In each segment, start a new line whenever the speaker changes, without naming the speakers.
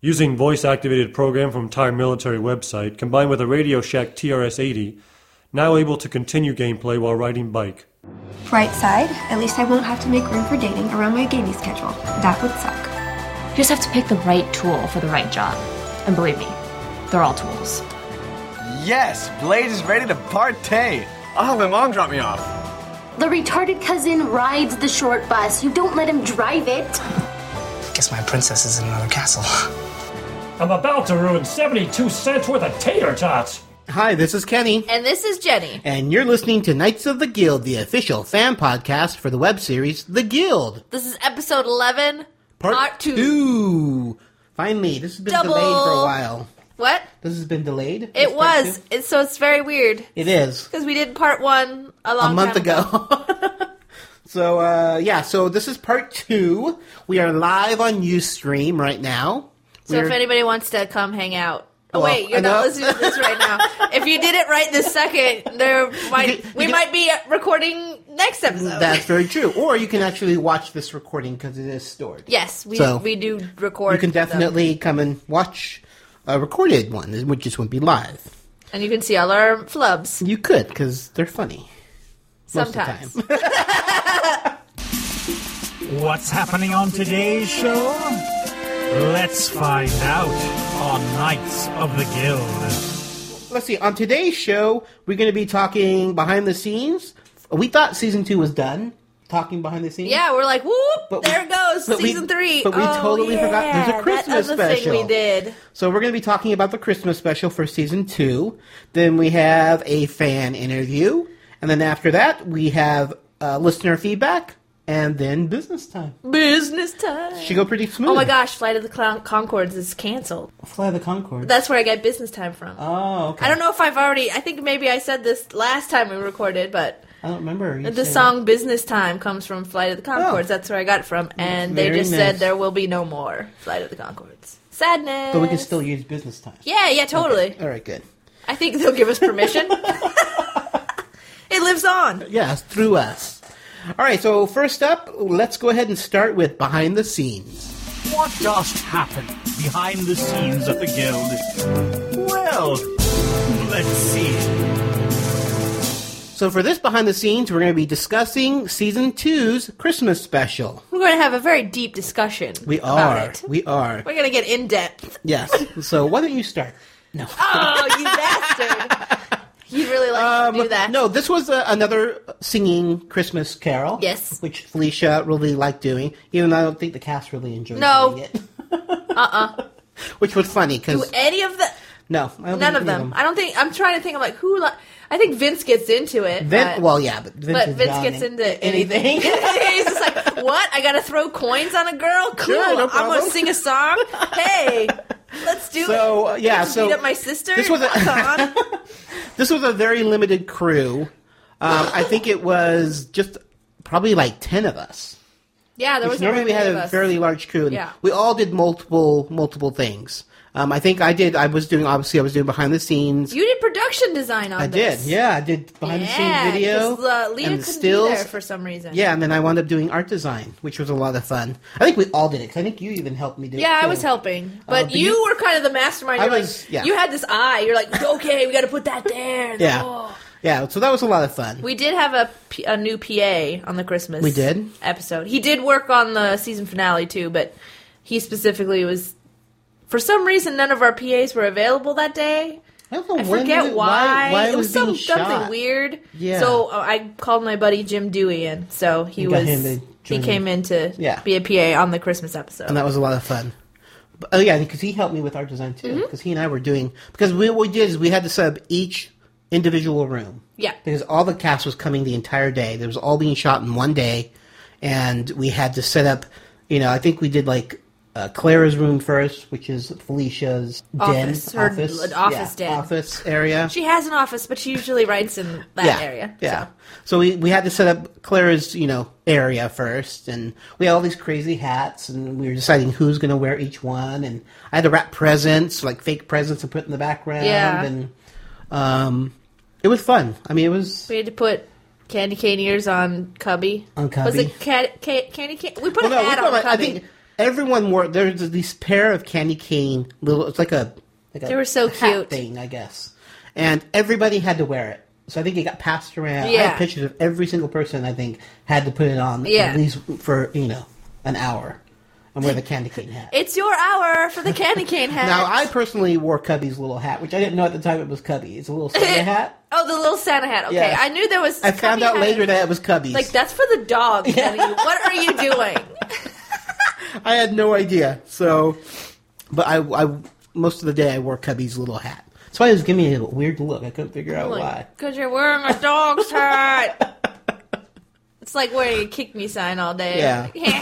Using voice-activated program from Tire Military website, combined with a Radio Shack TRS-80, now able to continue gameplay while riding bike.
Bright side, at least I won't have to make room for dating around my gaming schedule. That would suck.
You just have to pick the right tool for the right job. And believe me, they're all tools.
Yes, Blade is ready to partay. Oh, my mom dropped me off.
The retarded cousin rides the short bus. You don't let him drive it.
Guess my princess is in another castle.
I'm about to ruin 72 cents worth of tater tots.
Hi, this is Kenny,
And this is Jenny.
and you're listening to Knights of the Guild, the official fan podcast for the web series The Guild.
This is episode 11,
Part
Part two.
two. Finally, this has been
Double.
delayed for a while.
What?
This has been delayed. This
It
part
was.
two?
It's, so it's very weird
It is.
because we did part one a long
a month
time
ago. so uh, yeah, so this is part two. We are live on UStream right now.
So if anybody wants to come hang out. Oh,
Well,
wait, you're
I
not
know.
listening to this right now. if you did it right this second, there might
could- you
we
could-
might be recording next episode.
That's very true. Or you can actually watch this recording because it is stored.
yes, we
So,
we do record.
You can
them.
definitely come and watch a recorded one, which just wouldn't be live.
and you can see all our flubs
You could because they're funny. Most of the
sometimes.
time.
What's happening on today's show? Let's find out on Knights of the Guild.
Let's see. On today's show, we're going to be talking behind the scenes. We thought season two was done. Talking behind the scenes.
Yeah, we're like, whoop,
we-
there goes
but we-
season three.
but we
Oh,
totally
yeah,
forgot there's a Christmas
that other
special.
thing we did.
So we're going to be talking about the Christmas special for season two. Then we have a fan interview, and then after that we have uh, listener feedback, and then business time.
Business time.
Should go pretty smooth.
Oh my gosh, Flight of the Clown Concords is canceled.
Fly the Concorde.
That's where I got business time from.
oh, okay.
I don't know if I've already. I think maybe I said this last time we recorded, but
I don't remember. you
the
saying- Oh.
song "Business Time" comes from Flight of the Concords. That's where I got it from, and they
Very
just said
nice.
there will be no more Flight of the Concords. Sadness.
But we can still use business time.
Yeah, yeah, totally.
All right, good.
I think they'll give us permission. it lives on.
Yes, through us. All right. So first up, let's go ahead and start with behind the scenes.
What just happened behind the scenes of the Guild? Well, let's see.
So for this behind the scenes, we're going to be discussing season two's Christmas special.
We're going to have a very deep discussion.
We
about
are.
it.
We are.
We're going to get in depth.
Yes. So why don't you start? No.
Oh, you bastard! You really like to do that.
Um, No, this was uh, another singing Christmas carol.
Yes.
Which Felicia really liked doing, even though I don't think the cast really enjoyed
No. Uh-uh.
doing it. uh uh Which was funny because
Any of the
no, I don't
e- none of
think any
them. I don't think. I'm trying to think. I'm like, who? Li- I think Vince gets into it.
Vin-
but,
well, yeah, but Vince,
but
is
Vince
young
gets
and-
into anything. He's just like, what? I gotta throw coins on a girl? Cool.
Sure, no
I'm gonna
problem.
sing a song. Hey, let's do
So,
it.
uh, yeah,
Let's
so
beat up my sister.
this was a-
Rock on.
This was a very limited crew. Um, I think it was just probably like ten of us.
yeah, there
Which
was
normally we had a
us.
fairly large crew, and
Yeah.
we all did multiple multiple things. Um, I think I did. I was doing obviously I was doing behind the scenes.
You did production design on
I
this.
did, yeah, I did behind the
Yeah,
scenes video
'cause, uh, Lita
and
couldn't
stills.
be there for some reason.
yeah, and then I wound up doing art design, which was a lot of fun. I think we all did it. 'cause I think you even helped me do it.
Yeah, I
too.
was helping, but,
Uh, but
you,
you-
were kind of the mastermind.
I
You're
was-
like,
yeah.
you had this eye. You're like, okay, we got to put that there. And
Yeah,
oh.
yeah. So that was a lot of fun.
We did have a, P- a new PA on the Christmas.
We did?
episode. He did work on the season finale too, but he specifically was for some reason none of our PAs were available that day.
I, don't know
I
when
forget
we-
why.
why
It was
being
some something
shot.
weird.
Yeah.
So uh, I called my buddy Jim Dewey, and so he
And got
was
him to
he
join
came in to
Yeah.
be a PA on the Christmas episode.
and that was a lot of fun. But, oh yeah, because he helped me with art design too.
Mm-hmm.
Because he and I were doing because we, what we did is we had to set up each individual room.
Yeah.
because all the cast was coming the entire day. There was all being shot in one day, and we had to set up. You know, I think we did like uh, Clara's room first, which is Felicia's
Office,
den,
her
office,
l- office
yeah,
den.
office area.
she has an office, but she usually writes in that
yeah,
area.
Yeah.
So.
So we, we had to set up Clara's, you know, area first and we had all these crazy hats and we were deciding who's gonna wear each one and I had to wrap presents, like fake presents and put in the background
Yeah.
and um it was fun. I mean it was
We had to put candy cane ears on Cubby.
On
Was
Cubby.
it ca- ca- candy cane? We put
Well,
a
no, we
hat
put,
on
like,
Cubby.
I think everyone wore there's these pair of candy cane little it's like a like a
They were so
hat
cute.
thing, I guess. And everybody had to wear it. So I think it got passed around. I
Yeah.
have pictures of every single person I think had to put it on
Yeah.
at least for, you know, an hour and wear the candy cane hat.
It's your hour for the candy cane hat.
now I personally wore Cubby's little hat, which I didn't know at the time it was Cubby. It's a little Santa hat.
Oh, the little Santa hat. Okay,
Yes.
I knew there was.
I found
Cubby
out
had
later
it.
that it was Cubby's.
Like that's for the dog, Kenny. What are you
Oh,
doing?
I had no idea. So, but I, I most of the day I wore Cubby's little hat. That's why it was giving me a weird look. I couldn't figure out why.
Because you're wearing a dog's hat. it's like wearing a kick me sign all day.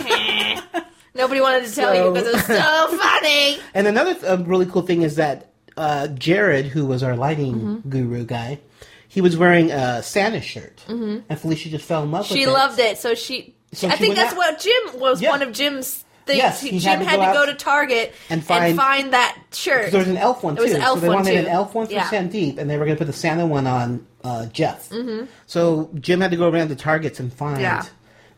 Nobody wanted to tell you
So-
because it was so funny.
And another th- um, really cool thing is that uh, Jared, who was our lighting
Mm-hmm.
guru guy, he was wearing a Santa shirt, and Felicia just fell in love with
Mm-hmm. She
it.
loved it, so she.
So
I
she
think
went
that's
out-
what Jim was
Yeah.
one of Jim's things.
Yes,
He-
he
Jim
had to go out
to Target
and find-
that shirt.
There was an elf one
It was
too.
an elf
so they
one,
wanted
too.
an elf one for
Yeah.
Sandeep, and they were going to put the Santa one on uh, Jeff. Mm-hmm. So Jim had to go around to Targets and find
Yeah.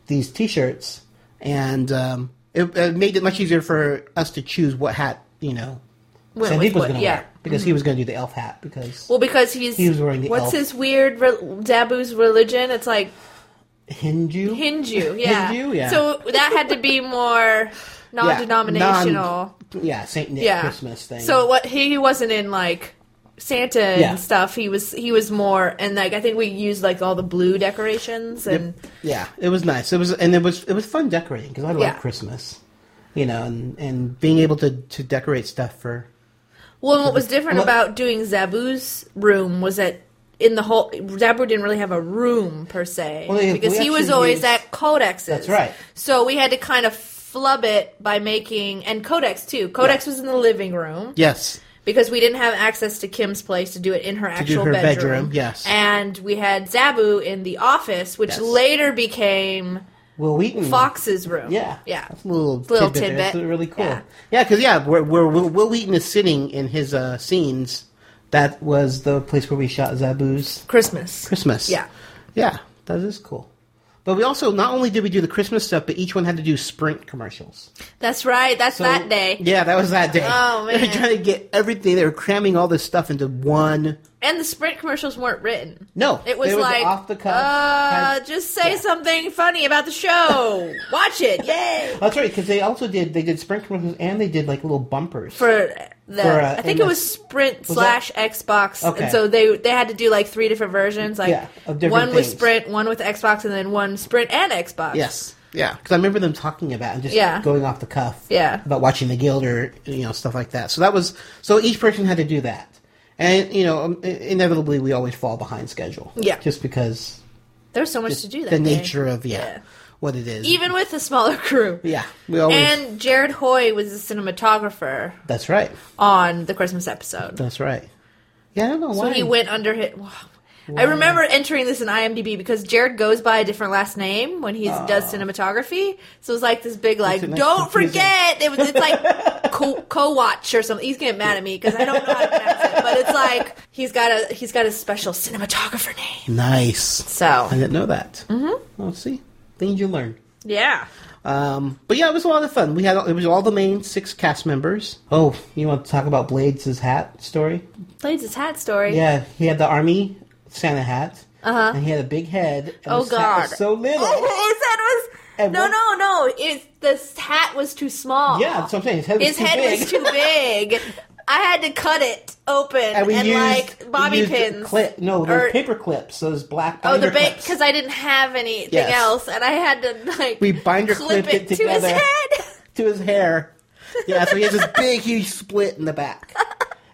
these T-shirts, and um, it, it made it much easier for us to choose what hat you know
Went
Sandeep
with
was
what-
going to
yeah. Mm-hmm.
wear because he was going to do the elf hat because
well, because he's
He was wearing the
what's
elf.
his weird re- Dabu's religion? It's like
Hindu.
Hindu, yeah.
Hindu, yeah.
So that had to be more non-denominational.
yeah, Saint Nick
yeah.
Christmas thing.
So what he wasn't in like Santa
Yeah.
and stuff. He was he was more and like I think we used like all the blue decorations and
Yeah, it was nice. It was and it was it was fun decorating because I like
Yeah.
Christmas, you know, and and being able to to decorate stuff for
well, what was different
Well-
about doing Zabu's room was that in the whole Zabu didn't really have a room per se
Well, yeah,
because
we
he was
actually
always
used-
at Codex's.
That's right.
So we had to kind of flub it by making and Codex too. Codex was in the living room.
yes,
because we didn't have access to Kim's place to do it in her
do
actual
her
bedroom.
bedroom, yes.
And we had Zabu in the office, which
Yes.
later became
Will Wheaton
Fox's room.
Yeah,
Yeah.
that's a little
Little
tidbit. there. That's
tidbit.
really cool.
Yeah.
Yeah, because yeah, where, where Will Will Wheaton is sitting in his uh, scenes, that was the place where we shot Zabu's
Christmas.
Christmas.
Yeah.
yeah, that is cool. But we also not only did we do the Christmas stuff, but each one had to do Sprint commercials.
That's right. That's
So-
that day.
Yeah, that was that day.
Oh,
They
man.
were trying to get everything. They were cramming all this stuff into one.
And the Sprint commercials weren't written.
No,
It was
they were
like
off the cuff.
Uh,
had-
just say something funny about the show. Watch it. Yay.
That's right, because they also did. They did Sprint commercials and they did like little bumpers.
For the,
For, uh,
I think it
in the-
was Sprint
Was that-
slash Xbox,
Okay.
and so they they had to do like three different versions, like
Yeah, of different
one with
things.
Sprint, one with Xbox, and then one Sprint and Xbox.
yes, yeah, because I remember them talking about it and just
Yeah.
going off the cuff.
Yeah.
about watching the guild or you know stuff like that. So that was so each person had to do that, and you know um, i- inevitably we always fall behind schedule.
Yeah.
just because
There's so much to do that
the
day.
nature of yeah, what it is.
even with a smaller crew.
yeah, we always.
And Jared Hoy was the cinematographer
that's right.
on the Christmas episode.
That's right. Yeah, I don't know
So
why
he went under hit. Wow. I remember entering this in IMDb because Jared goes by a different last name when he does cinematography. So it was like this big, like,
a nice
don't
confusing-
forget. It was, it's like co- co-watch or something. He's getting mad at me because I don't know how to pronounce it, but it's like he's got a he's got a special cinematographer name.
nice.
So
I didn't know that. Mm-hmm. Let's see. Things you learn.
yeah,
Um, but yeah, it was a lot of fun. We had it was all the main six cast members. Oh, you want to talk about Blades' hat story?
Blades' hat story.
Yeah, he had the army Santa hat, uh-huh. and he had a big head. And
Oh
his hat
God!
was so little.
His head was
And
no,
what-
no, no. It's the hat was too small.
yeah, that's what I'm saying. His head was
His
too
head
big.
was too big. I had to cut it open
and
and,
we used
like bobby
we used
pins.
Clip, no, those
Or-
paper clips. Those black.
Oh, the
binder
bait
clips.
because I didn't have anything
Yes.
else, and I had to like
We binder
clip
clipped
it,
it
to his
together.
head.
to his hair. Yeah, so he has this big, huge split in the back.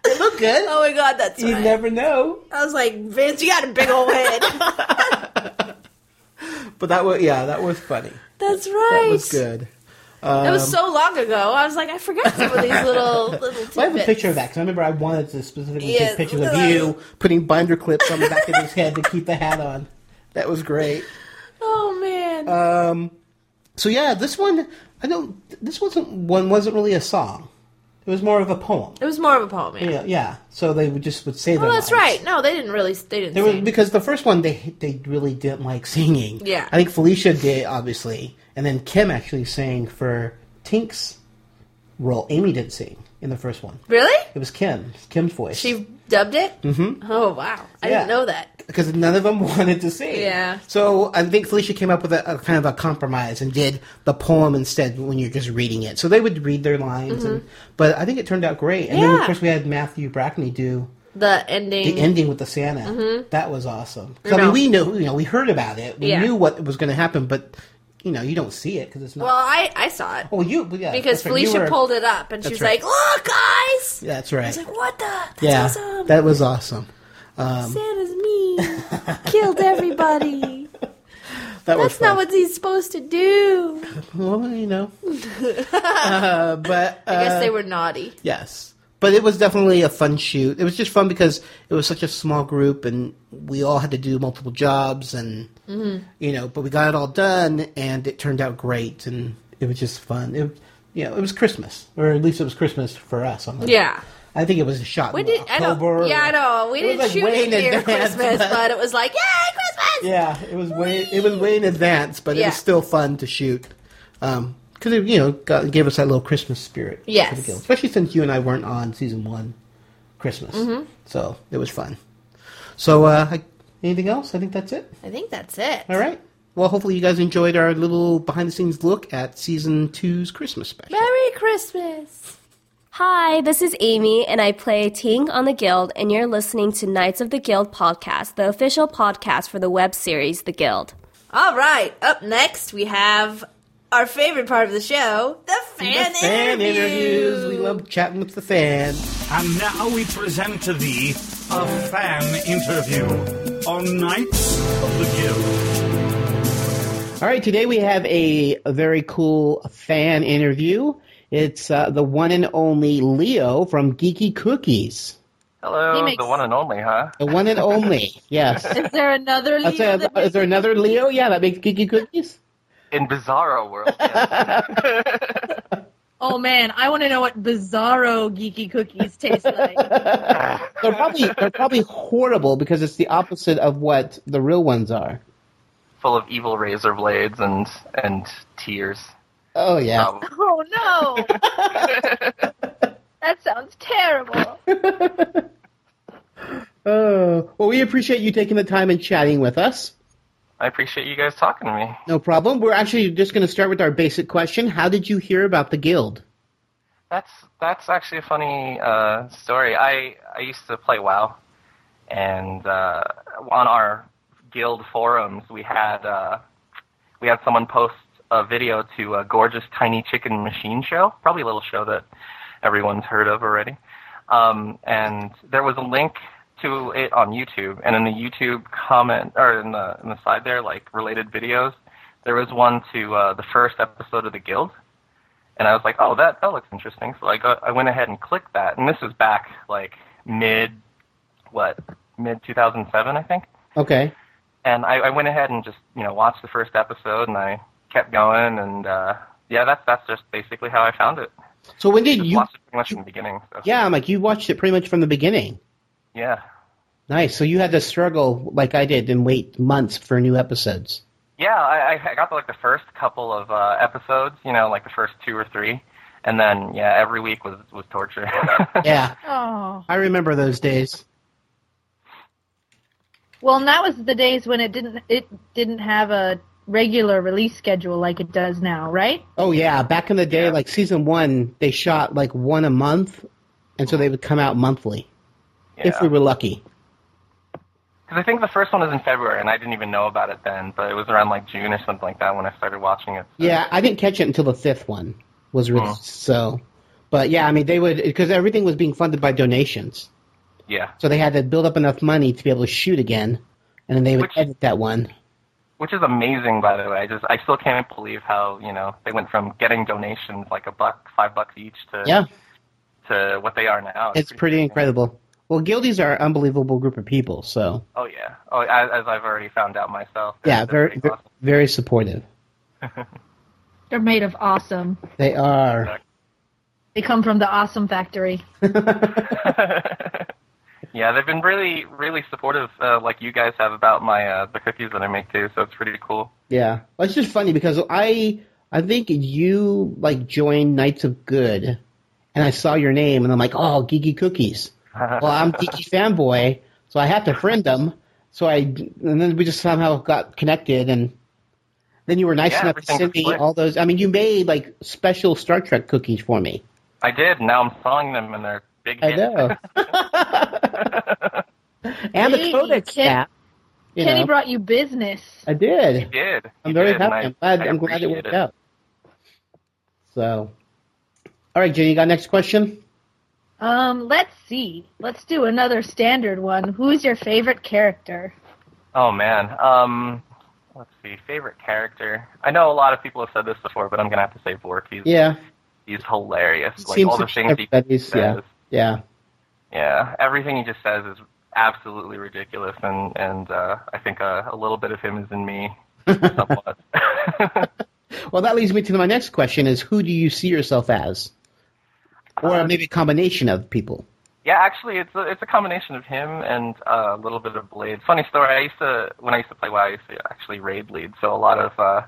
It looked good.
Oh my god, that's
you
right.
never know.
I was like, Vince, you got a big old head.
But that was yeah, that was funny.
that's right.
That was good. Um,
That was so long ago. I was like, I forgot some of these little little. Tidbits.
Well, I have a picture of that because I remember I wanted to specifically
Yeah,
take pictures of
look.
you putting binder clips on the back of his head to keep the hat on. That was great.
Oh man.
Um, So yeah, this one I don't. This wasn't one wasn't really a song. It was more of a poem.
it was more of a poem. Oh, Yeah.
Yeah, yeah. So they would just would say.
Well, that's right. No, they didn't really. They didn't.
There was,
sing.
because the first one they they really didn't like singing.
Yeah.
I think Felicia did obviously, and then Kim actually sang for Tink's role. Amy didn't sing in the first one.
Really?
It was Kim, Kim's voice.
She dubbed it? Mm-hmm. Oh, wow. I
Yeah.
didn't know that.
because none of them wanted to sing.
Yeah.
So I think Felicia came up with a, a kind of a compromise and did the poem instead when you're just reading it. So they would read their lines, and, but I think it turned out great. And then of
Mm-hmm. Yeah.
course we had Matthew Brackney do
The ending.
the ending with the Santa.
Mm-hmm.
That was awesome. 'Cause, I
No.
mean, we knew, you know, we heard about it. We
Yeah.
knew what was going to happen, but you know, you don't see it because it's not.
well, I, I saw it.
well, you well, yeah,
because
that's right, you
Felicia
were-
pulled it up and she
That's
was like,
right.
look, guys!
That's
I
right.
was like, what the? That's
yeah,
awesome.
that was awesome. Um,
Santa's mean. Killed everybody.
That was
That's not
fun.
what he's supposed to do.
Well, you know. uh, but
I
uh,
guess they were naughty.
yes, but it was definitely a fun shoot. It was just fun because it was such a small group, and we all had to do multiple jobs, and
Mm-hmm.
you know. But we got it all done, and it turned out great, and it was just fun. It, you know, it was Christmas, or at least it was Christmas for us. I'm like-
Yeah.
I think it was a shot.
We
in
did, I
October.
know. Yeah,
or-
I know. We
It was,
didn't
like,
shoot
way
it
in
near
advance,
Christmas,
but-
but it was like, yay, Christmas!
Yeah, it was way it was way in advance, but it
Yeah.
was still fun to shoot because it you know got, gave us that little Christmas spirit. for the
Yes.
guild. especially since you and I weren't on season one Christmas,
Mm-hmm.
so it was fun. So uh, I- anything else? I think that's it.
I think that's it.
All right. Well, hopefully you guys enjoyed our little behind the scenes look at season two's Christmas special.
Merry Christmas.
Hi, this is Amy, and I play Ting on the Guild, and you're listening to Knights of the Guild podcast, the official podcast for the web series The Guild.
All right. Up next, we have our favorite part of the show the fan,
The fan
interviews.
interviews. We love chatting with the fans.
And now we present to thee a fan interview on Knights of the Guild.
All right, today we have a, a very cool fan interview. It's uh, the one and only Leo from Geeky Cookies.
Hello,
makes-
the one and only, huh?
The one and only, yes.
Is there another
I'll say, is there another Leo? Yeah, that makes Geeky Cookies.
In Bizarro World.
Oh man, I want to know what bizarro geeky cookies taste like.
They're probably they're probably horrible because it's the opposite of what the real ones are.
Full of evil razor blades and and tears.
Oh yeah,
Um,
Oh no. that sounds terrible.
Oh, well, we appreciate you taking the time and chatting with us.
I appreciate you guys talking to me.
No problem. We're actually just going to start with our basic question. How did you hear about the guild?
That's that's actually a funny uh, story. I I used to play WoW, and uh, on our guild forums we had uh, we had someone post a video to a gorgeous tiny chicken machine show, probably a little show that everyone's heard of already. Um, and there was a link to it on YouTube, and in the YouTube comment or in the in the side there, like related videos, there was one to uh, the first episode of the guild and I was like, oh, that that looks interesting. So I go, I went ahead and clicked that, and this was back like mid, what, mid 2007, I think.
Okay.
And I, I went ahead and just you know watched the first episode, and I kept going, and uh, yeah, that's that's just basically how I found it.
So when did
Just
you?
watched it pretty much from the beginning. So.
Yeah, I'm like you watched it pretty much from the beginning.
Yeah.
Nice. So you had to struggle like I did and wait months for new episodes.
Yeah, I, I- I got like the first couple of uh, episodes, you know, like the first two or three, and then yeah, every week was was torture.
Yeah,
Oh.
I remember those days.
Well, and that was the days when it didn't it didn't have a regular release schedule like it does now, right?
Oh yeah, back in the day, like season one, they shot like one a month, and so they would come out monthly if we
Yeah.
were lucky.
Because I think the first one was in February, and I didn't even know about it then. But it was around like June or something like that when I started watching it. So-
Yeah, Uh-huh. I didn't catch it until the fifth one was released. So, but yeah, I mean they would because everything was being funded by donations,
yeah.
so they had to build up enough money to be able to shoot again, and then they would
Which-
edit that one.
Which is amazing, by the way. I just I still can't believe how you know they went from getting donations like a buck, five bucks each to
Yeah,
to what they are now.
it's pretty incredible. Well, Guildies are an unbelievable group of people, so
Oh yeah. Oh, as, as I've already found out myself. They're-
yeah,
they're
very
pretty
very,
awesome.
very supportive.
They're made of awesome.
They are.
They come from the awesome factory.
yeah, they've been really really supportive, uh, like you guys have about my uh, the cookies that I make too. So it's pretty cool.
Yeah, well, it's just funny because I I think you like joined Knights of Good, and I saw your name, and I'm like, oh, Geeky Cookies. well, I'm Geeky Fanboy, so I have to friend them. So I, and then we just somehow got connected, and then you were nice
Yeah,
enough to
everything
send me
clicked.
all those. I mean, you made like special Star Trek cookies for me.
I did. Now I'm selling them, and they're big
I
hits.
know. and the
Hey,
codex
Ken-
app. You
Kenny
know,
brought you business.
I did.
did.
I'm
You
very
did, and
happy.
I-
I'm glad.
I
I'm glad it
appreciate
worked out. So, all right, Jenny, you got next question?
Um, let's see. Let's do another standard one. Who's your favorite character?
Oh man. Um, let's see. Favorite character. I know a lot of people have said this before, but I'm gonna have to say Vork. He's
Yeah,
he's hilarious. like
seems
all the
to be
things he
everybody's-
says.
yeah. yeah.
Yeah, everything he just says is absolutely ridiculous, and and uh, I think uh, a little bit of him is in me. somewhat.
Well, that leads me to my next question: Is who do you see yourself as, or
Uh,
maybe a combination of people?
Yeah, actually, it's a, it's a combination of him and uh, a little bit of Blade. Funny story. I used to when I used to play WoW, I used to actually raid lead, so a lot of uh,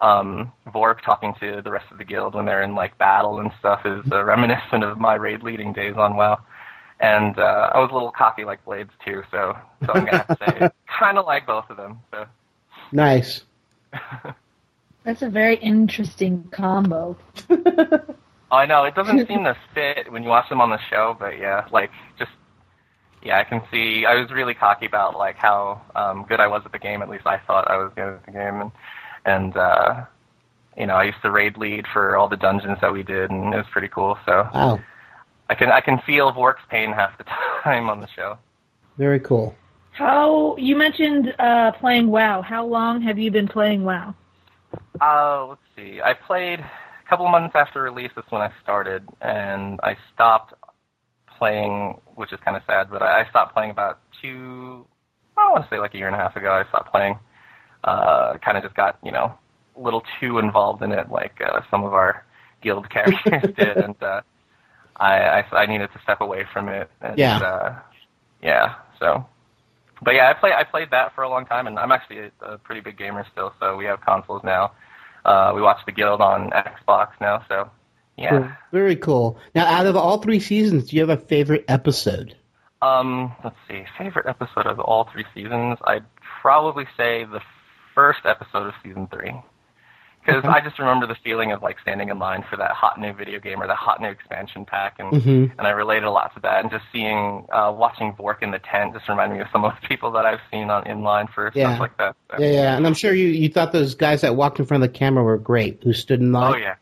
um, Vork talking to the rest of the guild when they're in like battle and stuff is uh, reminiscent of my raid leading days on WoW. And uh, I was a little cocky like Blades too, so so I'm gonna have to say kind of like both of them. So
Nice.
That's a very interesting combo.
I know it doesn't seem to fit when you watch them on the show, but yeah, like just yeah, I can see. I was really cocky about like how um, good I was at the game. At least I thought I was good at the game, and and uh, you know I used to raid lead for all the dungeons that we did, and it was pretty cool. So
Wow,
I can I can feel Vork's pain half the time on the show.
very cool.
How you mentioned uh, playing WoW. How long have you been playing WoW?
Uh, let's see. I played a couple of months after release. That's when I started, and I stopped playing, which is kind of sad. But I I stopped playing about two. I want to say like a year and a half ago. I stopped playing. Uh, kind of just got you know a little too involved in it, like uh, some of our guild characters did, and uh, I, I I needed to step away from it. And,
Yeah.
Uh, yeah. So. But yeah, I play I played that for a long time, and I'm actually a, a pretty big gamer still. So we have consoles now. Uh, we watch the Guild on Xbox now. So yeah.
Cool. Very cool. Now, out of all three seasons, do you have a favorite episode?
Um, let's see. Favorite episode of all three seasons? I'd probably say the first episode of season three. Because I just remember the feeling of like standing in line for that hot new video game or that hot new expansion pack, and
Mm-hmm.
Mhm.
Mm-hmm. and I related a lot to that. And just seeing, uh, watching Bork in the tent just reminded me of some of the people that I've seen on in line for
Yeah.
stuff like that. So.
Yeah, yeah. And I'm sure you, you thought those guys that walked in front of the camera were great, who stood in line.
Oh yeah.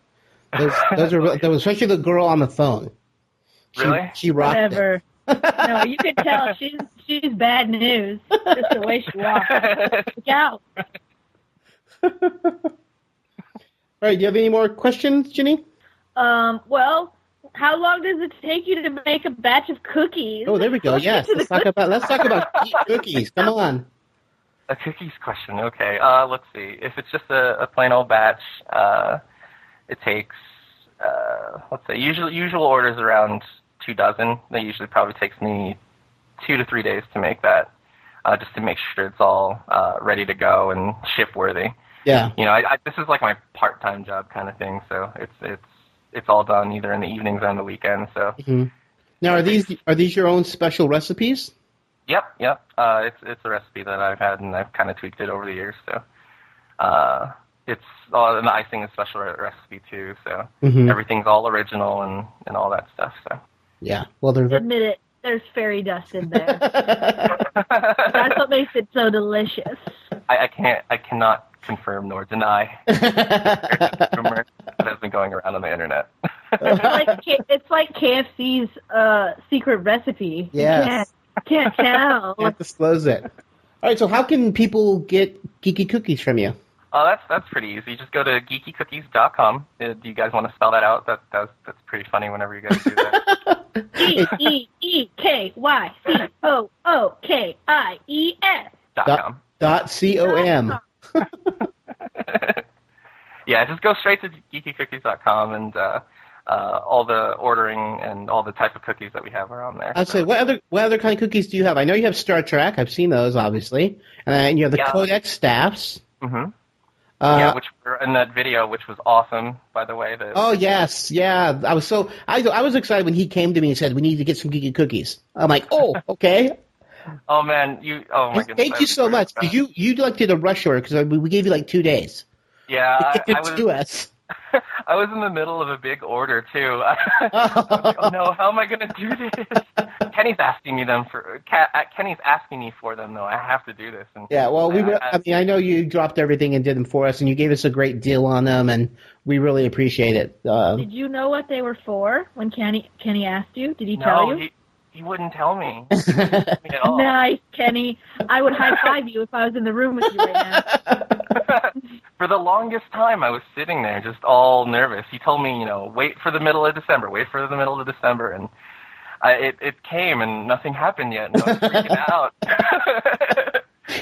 Those, those are, there was especially the girl on the phone. She,
Really?
She rocked it.
Whatever. no, you could tell she's she's bad news. Just the way she walks. Look out.
All right, do you have any more questions, Ginny?
Um, well, how long does it take you to make a batch of cookies?
Oh, there we go. Yes, let's talk about let's talk about geek cookies. Come on.
A cookies question. Okay. Uh, let's see. If it's just a, a plain old batch, uh, it takes uh, let's say usual usual orders around two dozen. That usually probably takes me two to three days to make that, uh, just to make sure it's all uh, ready to go and ship worthy.
Yeah,
You know, I, I, this is like my part time job kind of thing. So it's it's it's all done either in the evenings or on the weekends. So
Now, are these are these your own special recipes?
Yep, yep. Uh, it's it's a recipe that I've had and I've kind of tweaked it over the years. So uh, it's all and the icing is special re- recipe too. So
Mhm.
everything's all original and and all that stuff. So
Yeah. Well, they're very,
Admit it. There's fairy dust in there. That's what makes it so delicious.
I, I can't I cannot confirm nor deny the rumor that has been going around on the internet.
It's like K- it's like KFC's uh, secret recipe. You
Yes.
Can't, can't tell.
can't disclose it. All right. So, how can people get geeky cookies from you?
Oh, that's that's pretty easy. Just go to geekycookies.com. Uh, Do you guys want to spell that out? That that's that's pretty funny whenever you guys do that.
E E E K Y C O O K I E S.
dot com.
Dot com.
yeah, just go straight to geekycookies.com and uh, uh, all the ordering and all the type of cookies that we have are on there.
I
So-
say, what other what other kind of cookies do you have? I know you have Star Trek. I've seen those, obviously, and, then you have the
Yeah.
Codex staffs.
Mhm.
Uh,
yeah, which were in that video, which was awesome, by the way. That
Oh yes, yeah. I was so I I was excited when he came to me and said we need to get some geeky cookies. I'm like, oh, okay.
oh man, you oh my goodness.
Thank you
I-
so much. 'Cause You you like did a rush order because we we gave you like two days.
Yeah, I, I was
to us.
I was in the middle of a big order too. I was like, oh no, how am I going to do this? Kenny's asking me them for Ca- uh, Kenny's asking me for them though. I have to do this. And
Yeah, well, we.
I-
Re-
I-
I mean, I know you dropped everything and did them for us, and you gave us a great deal on them, and we really appreciate it. Uh,
Did you know what they were for when Kenny Kenny asked you? Did he tell
no,
you?
he, he wouldn't tell me.
Nice, Kenny. I would high five you if I was in the room with you right now.
For the longest time, I was sitting there just all nervous. He told me, you know, wait for the middle of December, wait for the middle of December, and I, it it came and nothing happened yet. And I was freaking out.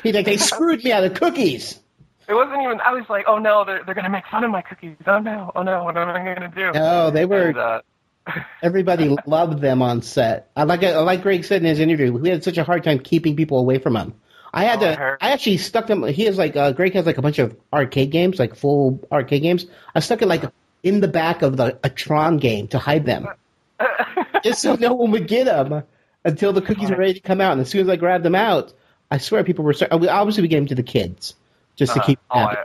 he's like, they screwed me out of cookies.
It wasn't even. I was like, oh no, they're they're gonna make fun of my cookies. Oh no, oh no, what am I gonna do?
No, they were.
And, uh,
Everybody loved them on set. I like I like Greg said in his interview. We had such a hard time keeping people away from him. I had
Oh, I
to.
heard.
I actually stuck them. He has like uh, Greg has like a bunch of arcade games, like full arcade games. I stuck it like in the back of the a Tron game to hide them, just so no one would get them until the cookies were ready to come out. And as soon as I grabbed them out, I swear people were. Start, we- obviously, we gave them to the kids just to
uh,
keep.
oh,
them happy.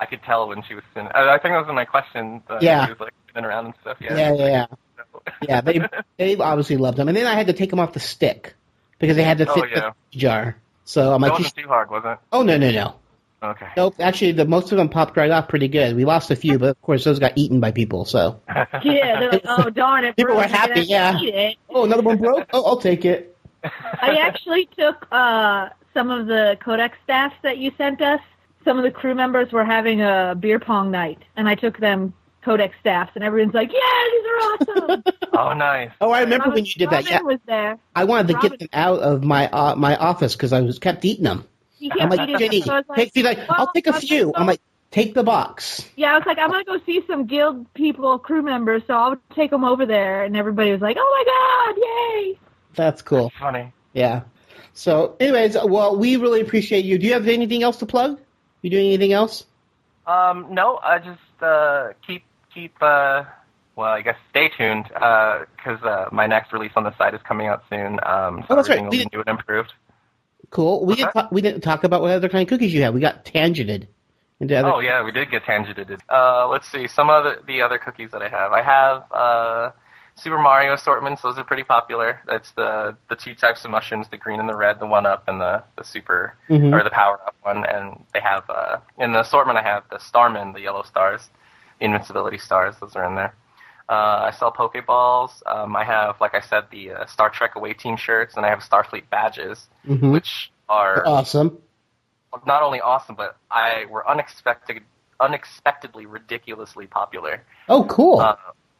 I, I could tell when she was spinning. I, I think that was my question. That
Yeah.
She was like spinning around and stuff. Yeah.
yeah, yeah, yeah. yeah, they they obviously loved them, and then I had to take them off the stick because they had to
Oh,
fit
yeah.
the jar. So I'm
That
like,
wasn't too hard, was it?
oh no, no, no,
Okay.
nope. Actually, the most of them popped right off pretty good. We lost a few, but of course those got eaten by people. So
Yeah, they're like, oh darn it.
People
Bruce,
were
you're gonna
happy, yeah.
eat it.
oh, another one broke. Oh, I'll take it.
I actually took uh, some of the Codex staffs that you sent us. Some of the crew members were having a beer pong night, and I took them Codex staffs, and everyone's like, "Yeah, these are awesome."
Oh, nice.
Oh, I remember
Robin-
when you did that.
Robin
Yeah,
was there.
I wanted to
Robin-
get them out of my uh, my office because I was kept eating them.
He
I'm
kept
like,
eating
Jenny,
them, so I was like,
take. She's like, I'll
"Well,
take a
I'm
few.
gonna
I'm
go-
like, take the box.
yeah, I was like, I'm gonna go see some guild people, crew members, so I'll take them over there, and everybody was like, "Oh my god, yay!"
That's cool.
Funny.
Yeah. So, anyways, well, we really appreciate you. Do you have anything else to plug? You doing anything else?
Um, no, I just uh, keep keep. Uh, well, I guess stay tuned because uh, my next release on the site is coming out soon. Um, so
Oh, that's right.
everything will
We
be
did-
new and improved.
Cool. We
Uh-huh.
didn't ta- we didn't talk about what other kind of cookies you have. We got tangented into other.
Oh yeah, we did get tangented. Uh, let's see some of the, the other cookies that I have. I have uh, Super Mario assortments. Those are pretty popular. That's the the two types of mushrooms, the green and the red, the one up and the the super
Mhm.
or the power up one. And they have uh, in the assortment I have the Starman, the yellow stars, the invincibility stars. Those are in there. Uh, I sell Pokeballs. Um, I have, like I said, the uh, Star Trek away team shirts, and I have Starfleet badges,
Mhm.
which are
Awesome.
not only awesome, but I were unexpected, unexpectedly ridiculously popular.
Oh, cool.
Uh,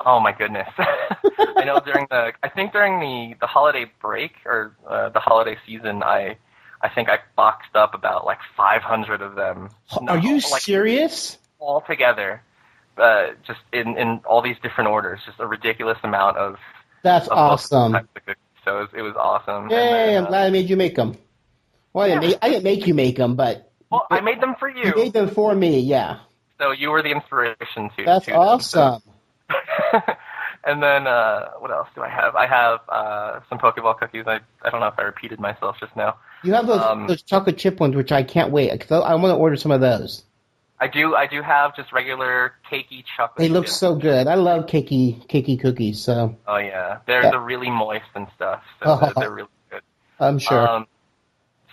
oh my goodness! I know during the, I think during the the holiday break or uh, the holiday season, I, I think I boxed up about like 500 of them.
Are you
like,
serious?
all together? Uh, just in, in all these different orders, just a ridiculous amount of.
That's
of both
awesome.
types of cookies. So it was, it was awesome. And
Yay!
then,
I'm
uh,
glad I made you make them. Well, I didn't, make, I didn't make you make them, but
well, I made them for
you
you,
made them for me. Yeah,
so you were the inspiration to.
that's
to them. So-
awesome.
and then uh, what else do I have? I have uh, some Pokeball cookies. I I don't know if I repeated myself just now.
You have those,
Um,
those chocolate chip ones, which I can't wait. 'cause I want to order some of those.
I do I do have just regular cakey chocolate.
They look
chips.
so good. I love cakey cakey cookies, so
Oh yeah, they're
Yeah.
they're really moist and stuff. So they're, they're really good.
I'm sure.
Um,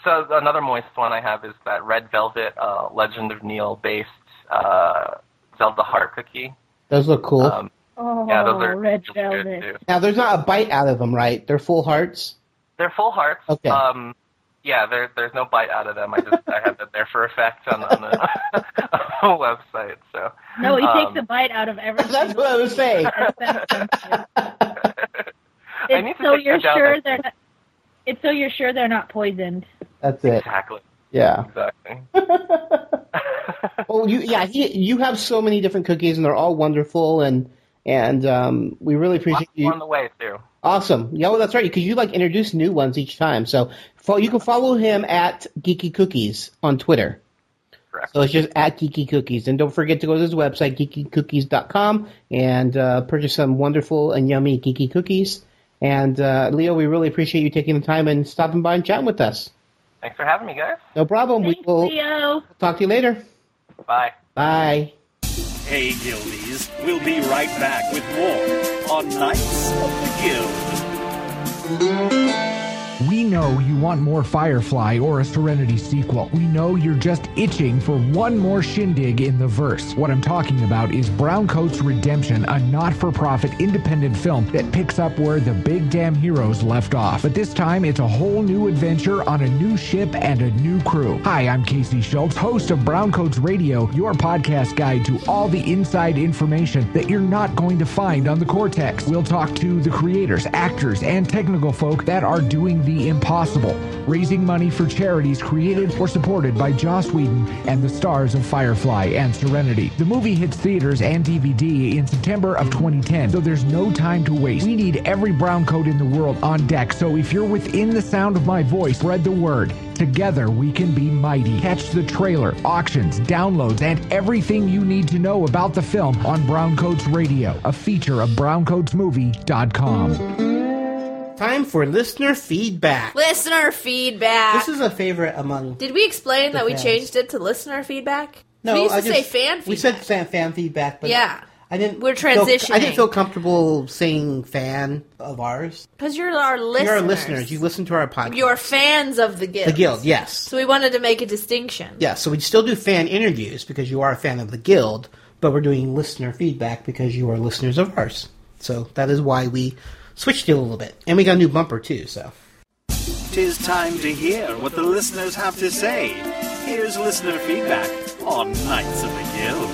so another moist one I have is that red velvet uh, Legend of Neil based uh, Zelda heart cookie.
those look cool.
Um,
Oh,
yeah, those are
red
really good,
velvet.
too.
now, there's not a bite out of them, right? They're full hearts.
They're full hearts.
Okay.
Um, yeah, there, there's no bite out of them. I just I have that there for effect on, on, the, on the website. So
No, he
Um,
takes a bite out of everything.
That's what I was saying.
I need
It's
to
so
take
you're
that down.
sure they're not, it's so you're sure they're not poisoned.
That's it.
exactly,
Yeah.
exactly.
Oh, you yeah. He, you have so many different cookies, and they're all wonderful, and and um, we really appreciate
Lots more
you.
on the way too.
Awesome. Yeah, well, that's right. Because you like introduce new ones each time. So fo- you can follow him at Geeky Cookies on Twitter.
correct.
So it's just at Geeky Cookies. And don't forget to go to his website, geekycookies.com, and uh, purchase some wonderful and yummy geeky cookies. And uh, Leo, we really appreciate you taking the time and stopping by and chatting with us.
Thanks for having me, guys.
No problem. we will talk to you later.
Bye.
Bye.
Hey, Guildies. We'll be right back with more on Knights of the Guild.
We know you want more Firefly or a Serenity sequel. We know you're just itching for one more shindig in the verse. What I'm talking about is Browncoat's Redemption, a not for profit independent film that picks up where the big damn heroes left off. But this time, it's a whole new adventure on a new ship and a new crew. Hi, I'm Casey Schultz, host of Browncoats Radio, your podcast guide to all the inside information that you're not going to find on the Cortex. We'll talk to the creators, actors, and technical folk that are doing the impossible, raising money for charities created or supported by Joss Whedon and the stars of Firefly and Serenity. The movie hits theaters and DVD in September of 2010, so there's no time to waste. We need every brown coat in the world on deck, so if you're within the sound of my voice, spread the word. Together we can be mighty. Catch the trailer, auctions, downloads, and everything you need to know about the film on Browncoats Radio, a feature of browncoatsmovie.com.
Time for listener feedback.
Listener feedback.
This is a favorite among.
Did we explain
The
that we
fans.
changed it to listener feedback?
No,
we used
I
to
just,
say fan feedback.
We said fan, fan feedback, but
yeah,
I didn't.
We're
feel- I didn't
transitioning.
feel comfortable saying fan of ours.
because you're our listeners.
You're our listeners. You listen to our podcast.
You're fans of the guild.
the guild, yes,
So we wanted to make a distinction.
yeah. So we still do fan interviews because you are a fan of the guild, but we're doing listener feedback because you are listeners of ours. So that is why we switched it a little bit, and we got a new bumper too. So
Tis time to hear what the listeners have to say. Here's listener feedback on Knights of the Guild.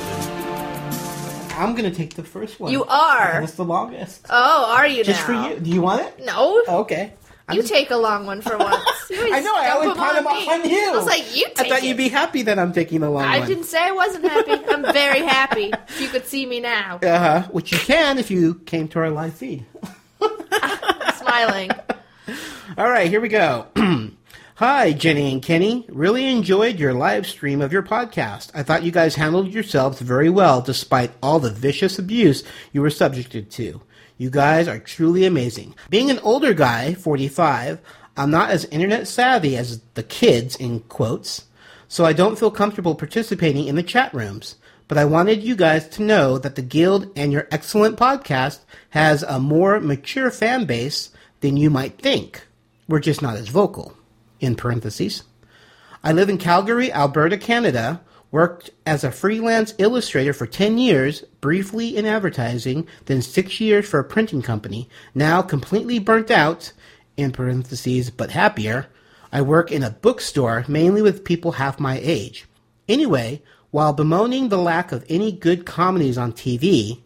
I'm gonna take the first one.
You are.
It's the longest.
Oh, are you
Just
now?
for you. Do you want it?
No.
okay.
you take a long one for once. I know.
I always pile them up on you.
I was like, you take
I thought
it.
you'd be happy that I'm taking a long
I
one.
didn't say I wasn't happy. I'm very happy. If you could see me now,
Uh huh. Which you can if you came to our live feed.
I'm smiling.
All right, here we go. Hi, Jenny and Kenny. Really enjoyed your live stream of your podcast. I thought you guys handled yourselves very well despite all the vicious abuse you were subjected to. You guys are truly amazing. Being an older guy, 45, I'm not as internet savvy as the kids, in quotes, so I don't feel comfortable participating in the chat rooms. But I wanted you guys to know that the Guild and your excellent podcast has a more mature fan base than you might think. We're just not as vocal. In parentheses. I live in Calgary, Alberta, Canada. Worked as a freelance illustrator for 10 years, briefly in advertising, then six years for a printing company. Now completely burnt out, in parentheses, but happier. I work in a bookstore, mainly with people half my age. Anyway, while bemoaning the lack of any good comedies on TV,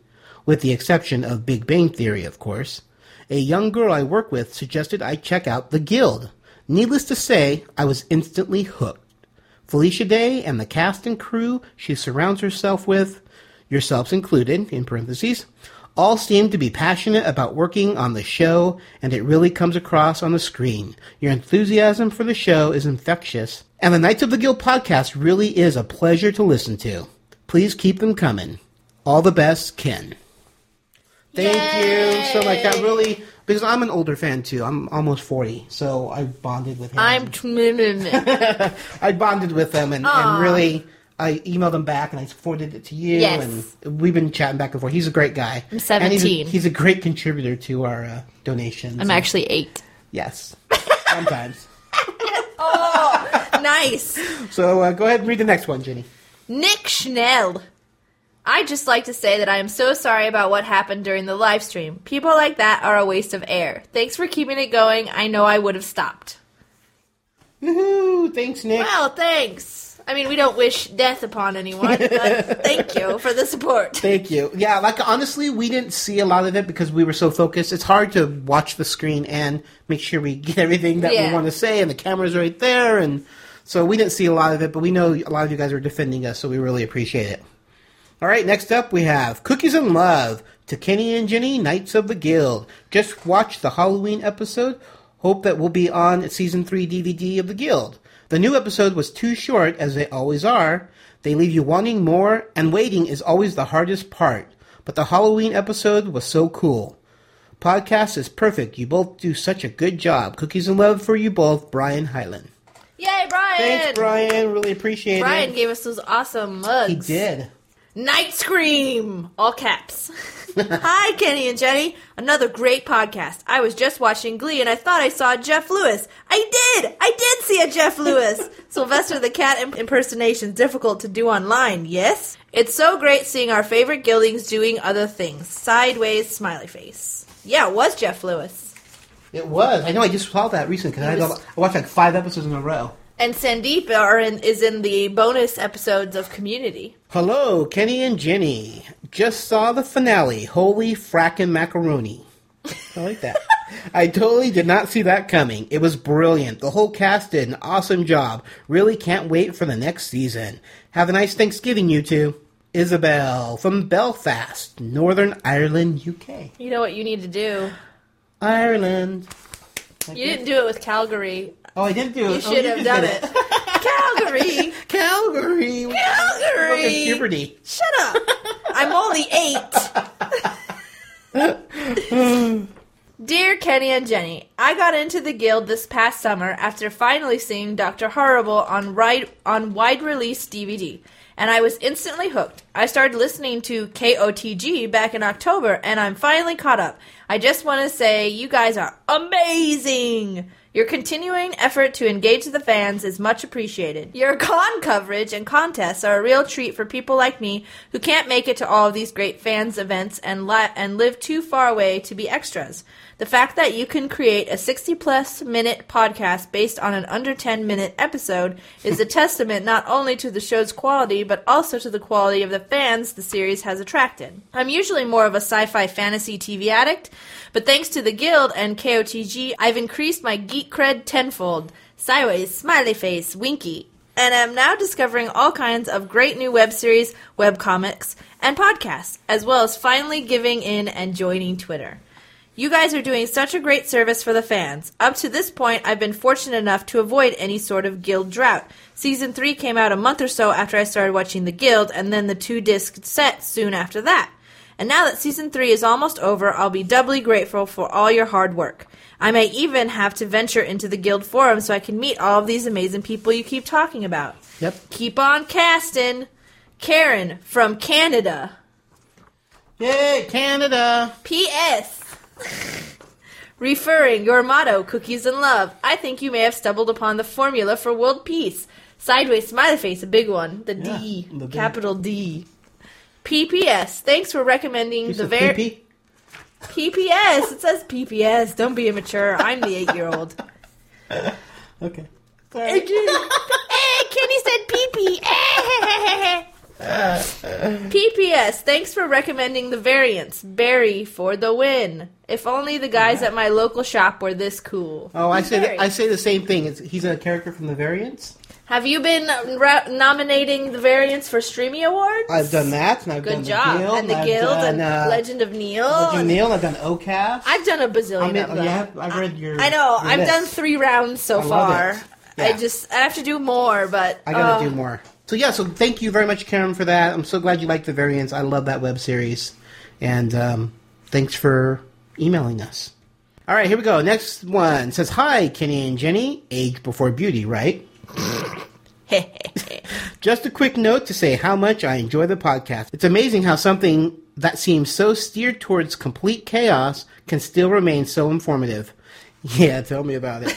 with the exception of Big Bang Theory, of course, a young girl I work with suggested I check out The Guild. Needless to say, I was instantly hooked. Felicia Day and the cast and crew she surrounds herself with, yourselves included, in parentheses, all seem to be passionate about working on the show, and it really comes across on the screen. Your enthusiasm for the show is infectious, and the Knights of the Guild podcast really is a pleasure to listen to. Please keep them coming. All the best, Ken. Thank you so much. That really, because I'm an older fan too. I'm almost 40, so I bonded with him.
I'm. T-
I bonded with them and,
Aw.
and really I emailed him back and I forwarded it to you
Yes.
and we've been chatting back and forth. He's a great guy.
I'm
And he's a-
17.
He's a, great contributor to our uh, donations.
I'm actually eight.
Yes. Sometimes.
Oh, nice.
so uh, go ahead and read the next one, Jenny.
Nick Schnell. I just like to say that I am so sorry about what happened during the live stream. People like that are a waste of air. Thanks for keeping it going. I know I would have stopped.
Woohoo! Thanks, Nick.
Well, thanks. I mean, we don't wish death upon anyone, but thank you for the support.
Thank you. Yeah, like honestly, we didn't see a lot of it because we were so focused. It's hard to watch the screen and make sure we get everything that
Yeah.
we want to say, and the camera's right there, and so we didn't see a lot of it. But we know a lot of you guys were defending us, so we really appreciate it. All right, next up we have Cookies and Love to Kenny and Jenny, Knights of the Guild. Just watched the Halloween episode. Hope that will be on season 3 DVD of the Guild. The new episode was too short, as they always are. They leave you wanting more, and waiting is always the hardest part. But the Halloween episode was so cool. Podcast is perfect. You both do such a good job. Cookies and love for you both, Brian Hyland.
Yay, Brian!
Thanks, Brian. Really appreciate
Brian
it.
gave us those awesome mugs.
He did.
Night Scream! All caps. Hi, Kenny and Jenny. Another great podcast. I was just watching Glee and I thought I saw Jeff Lewis. I did! I did see a Jeff Lewis! Sylvester the Cat imp- impersonation difficult to do online, yes? It's so great seeing our favorite gildings doing other things. Sideways, smiley face. Yeah, it was Jeff Lewis.
It was. I know. I just saw that recently because
It
I,
was-
I watched like five episodes in a row.
And Sandeep are in, is in the bonus episodes of Community.
Hello, Kenny and Jenny. Just saw the finale. Holy frackin' macaroni. I like that. I totally did not see that coming. It was brilliant. The whole cast did an awesome job. Really can't wait for the next season. Have a nice Thanksgiving, you two. Isabel from Belfast, Northern Ireland, UK.
You know what you need to do?
Ireland.
You didn't do it with Calgary.
Oh, I did do
You
it.
should have done it. Calgary!
Calgary! Fucking
Calgary!
puberty.
Shut up! I'm only eight. Dear Kenny and Jenny, I got into the guild this past summer after finally seeing Dr. Horrible on, ride, on wide release DVD, and I was instantly hooked. I started listening to KOTG back in October, and I'm finally caught up. I just want to say you guys are amazing! Your continuing effort to engage the fans is much appreciated. Your con coverage and contests are a real treat for people like me who can't make it to all of these great fans events and li- and live too far away to be extras. The fact that you can create a 60 plus minute podcast based on an under 10 minute episode is a testament not only to the show's quality but also to the quality of the fans the series has attracted. I'm usually more of a sci-fi fantasy TV addict, but thanks to the guild and KOTG, I've increased my geek cred tenfold. Sideways, smiley face, winky, and am now discovering all kinds of great new web series, web comics, and podcasts, as well as finally giving in and joining Twitter. You guys are doing such a great service for the fans. Up to this point, I've been fortunate enough to avoid any sort of guild drought. Season 3 came out a month or so after I started watching The Guild, and then the two disc set soon after that. And now that season 3 is almost over, I'll be doubly grateful for all your hard work. I may even have to venture into the guild forum so I can meet all of these amazing people you keep talking about.
Yep.
Keep on casting. Karen from Canada.
Yay, Canada!
P.S. Referring your motto, cookies and love, I think you may have stumbled upon the formula for world peace. Sideways smiley face, a big one. The D, capital D. PPS. Thanks for recommending the
said
very PPS. It says PPS. Don't be immature. I'm the eight-year-old.
Okay.
hey, Kenny said PP.
Uh,
PPS, thanks for recommending the variants. Barry for the win. If only the guys at my local shop were this cool.
Oh, I
Who's
say
Barry?
the, I say the same thing. It's, he's a character from the variants.
Have you been ra- nominating the variants for Streamy Awards?
I've done that, and I've done
Good
the
job.
guild,
and the
I've
Guild
done,
and
uh,
Legend of Neil.
Legend of
and-
Neil. I've done OCAF.
Oh, I've done a bazillion
I'm in-
of them.
yeah, I've- I've read your.
I know.
your
I've
list.
done three rounds so
I love
far.
it.
I
Yeah.
just I have to do more, but
I gotta
uh,
do more. So yeah, so thank you very much, Karen, for that. I'm so glad you liked the variants. I love that web series, and um, thanks for emailing us. All right, here we go. Next one says, "Hi, Kenny and Jenny. Age before beauty, right?" Just a quick note to say how much I enjoy the podcast. It's amazing how something that seems so steered towards complete chaos can still remain so informative. Yeah, tell me about it.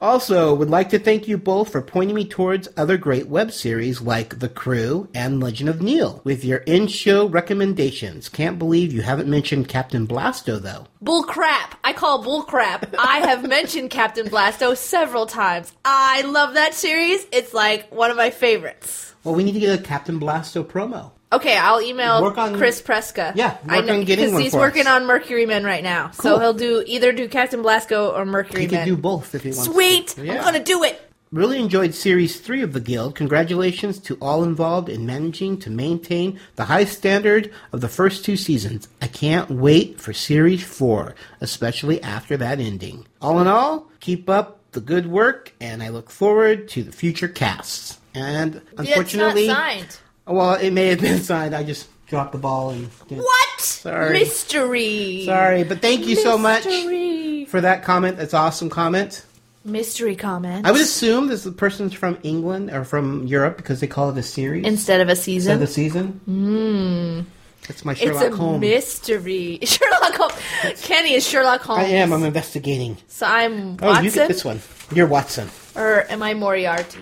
also, would like to thank you both for pointing me towards other great web series like The Crew and Legend of Neil with your in show recommendations. Can't believe you haven't mentioned Captain Blasto, though.
Bull crap. I call bull crap. I have mentioned Captain Blasto several times. I love that series. It's like one of my favorites.
Well, we need to get a Captain Blasto promo.
Okay, I'll email
Work on-
Chris Preska.
Yeah,
I
work
know
on getting
because
one
he's
for
working
us.
on Mercury Men right now. So
Cool.
he'll do either do Captain Blasco or Mercury
You
Men.
can do both if you want.
Sweet. I'm going to do it.
Really enjoyed Series 3 of The Guild. Congratulations to all involved in managing to maintain the high standard of the first two seasons. I can't wait for Series 4, especially after that ending. All in all, keep up the good work, and I look forward to the future casts. and
not
unfortunately,
signed.
well, it may have been signed. I just dropped the ball and didn't-
What?
Sorry,
Mystery.
sorry, but thank you so much
Mystery.
for that comment. That's awesome comment.
Mystery comment.
I would assume this person's from England or from Europe because they call it a series
Instead of a
instead
season.
of a season.
Mm.
That's my
It's
Sherlock
a
Holmes.
mystery. Sherlock Holmes. Kenny is Sherlock Holmes.
I am. I'm investigating.
So I'm
Oh, you
Watson,
get this one. You're Watson.
or am I Moriarty?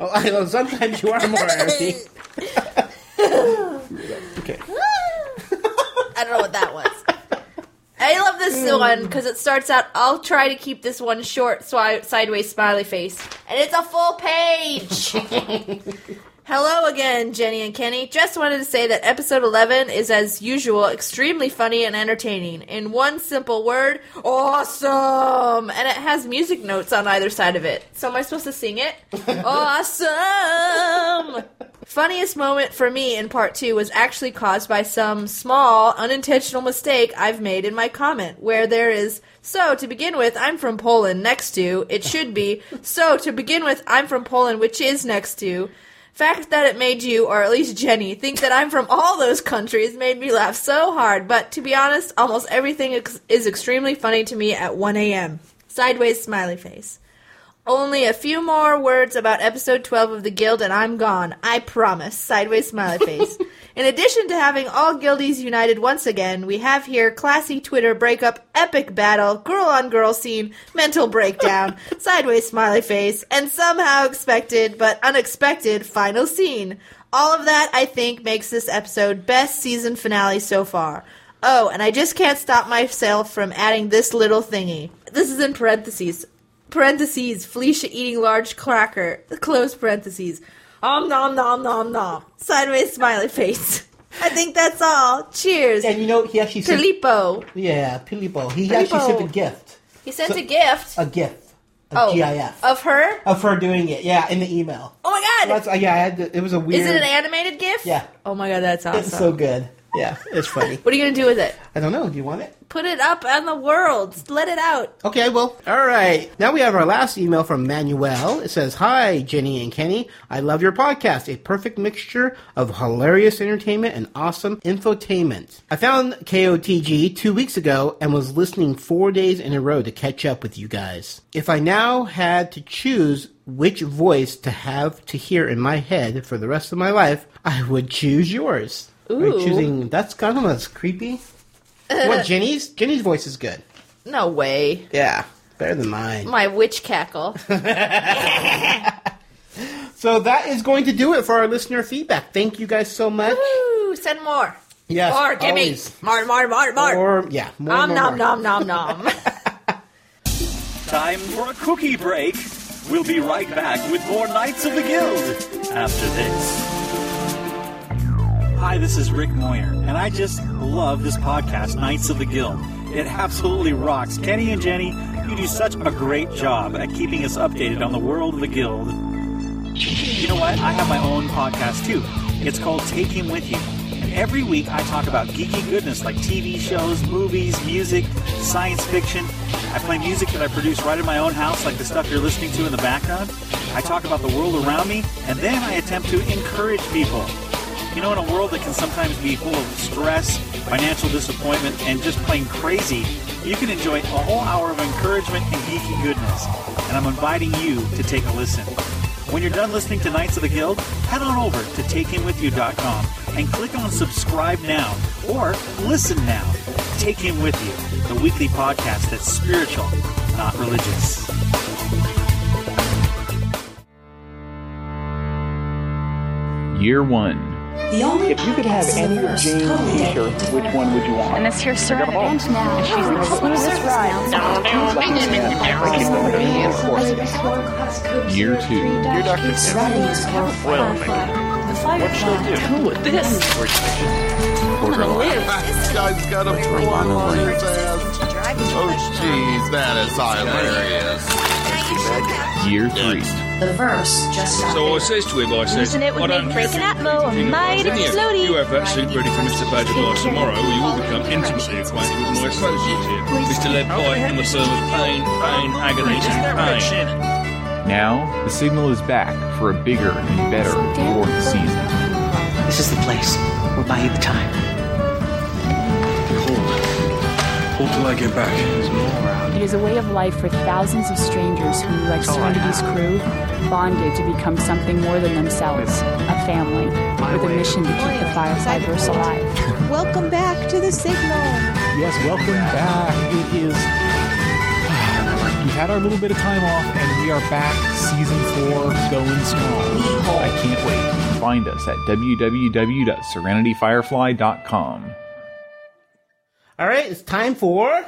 Oh, I know. Sometimes you are Moriarty. okay.
I don't know what that was. I love this one because it starts out. I'll try to keep this one short, swi- sideways smiley face, and it's a full page. Hello again, Jenny and Kenny. Just wanted to say that episode 11 is, as usual, extremely funny and entertaining. In one simple word, awesome! And it has music notes on either side of it. So am I supposed to sing it? awesome! Funniest moment for me in part two was actually caused by some small, unintentional mistake I've made in my comment, where there is, so to begin with, I'm from Poland, next to, it should be, so to begin with, I'm from Poland, which is next to, Fact that it made you, or at least Jenny, think that I'm from all those countries made me laugh so hard. But to be honest, almost everything ex- is extremely funny to me at 1 a.m. Sideways smiley face. Only a few more words about episode 12 of The Guild, and I'm gone. I promise. Sideways smiley face. In addition to having all guildies united once again, we have here classy Twitter breakup, epic battle, girl on girl scene, mental breakdown, sideways smiley face, and somehow expected but unexpected final scene. All of that, I think, makes this episode best season finale so far. Oh, and I just can't stop myself from adding this little thingy. This is in parentheses parentheses, Felicia eating large cracker, close parentheses. Om nom nom nom nom. Sideways smiley face. I think that's all. Cheers.
And you know, he actually sent-
Filippo.
Yeah, Filippo. He
Filippo.
actually sent a gift.
He sent
So-
a gift.
A gift. A
oh,
GIF.
of her.
Of her doing it. Yeah, in the email.
Oh my god!
That's, uh, yeah, I had to, it was a weird.
Is it an animated gift?
Yeah.
Oh my god, that's awesome.
It's so good. Yeah, it's funny.
what are you gonna do with it?
I don't know. Do you want it?
Put it up on the world. Let it out.
Okay, well, all right. Now we have our last email from Manuel. It says, Hi, Jenny and Kenny. I love your podcast. A perfect mixture of hilarious entertainment and awesome infotainment. I found KOTG two weeks ago and was listening four days in a row to catch up with you guys. If I now had to choose which voice to have to hear in my head for the rest of my life, I would choose yours. Are you
Ooh.
choosing that's kind of that's creepy. what Jenny's? Jenny's voice is good.
No way.
Yeah, better than mine.
My witch cackle.
So that is going to do it for our listener feedback. Thank you guys so much.
Ooh, send more.
Yes,
More, gimme.
always.
More, more, more, more.
Or yeah, more,
nom nom
more, more.
nom nom nom.
Time for a cookie break. We'll be right back with more Knights of the Guild after this. Hi, this is Rick Moyer, and I just love this podcast, Knights of the Guild. It absolutely rocks. Kenny and Jenny, you do such a great job at keeping us updated on the world of the Guild. You know what? I have my own podcast too. It's called Take Him With You. And every week I talk about geeky goodness like TV shows, movies, music, science fiction. I play music that I produce right in my own house, like the stuff you're listening to in the background. I talk about the world around me, and then I attempt to encourage people. You know, in a world that can sometimes be full of stress, financial disappointment, and just plain crazy, you can enjoy a whole hour of encouragement and geeky goodness. And I'm inviting you to take a listen. When you're done listening to Knights of the Guild, head on over to takehimwithyou.com and click on subscribe now or listen now. Take Him With You, the weekly podcast that's spiritual, not religious.
Year one.
The only
If you could have any Jane T-shirt, which one would you want?
And it's here surrounded. And now, and she's the smoothest ride.
Year two.
The firefly.
What this? Order
Guy's got a blonde on his ass. Oh, jeez, that is hilarious.
Year three.
The verse just
So I says to him, I says,
Isn't it
I
when
don't
they break an atmo and made
Didn't
it
you?
slowly?
You have that suit ready for Mr. Badger by tomorrow, or you will become intimately acquainted with my associate here, Mr. Leadpipe, in the serve of pain, pain, agony, and pain.
Now, the signal is back for a bigger and better fourth season.
This is the place. We'll buy you the time.
Hold till I get back. There's more out
It is a way of life for thousands of strangers who, like
Oh,
Serenity's crew, bonded to become something more than themselves a family with a mission to keep the Firefly verse alive.
Welcome back to the signal.
Yes, welcome back. It is. We had our little bit of time off, and we are back.
Season 4 going strong. I can't wait. Find us at www.serenityfirefly.com.
All right, it's time for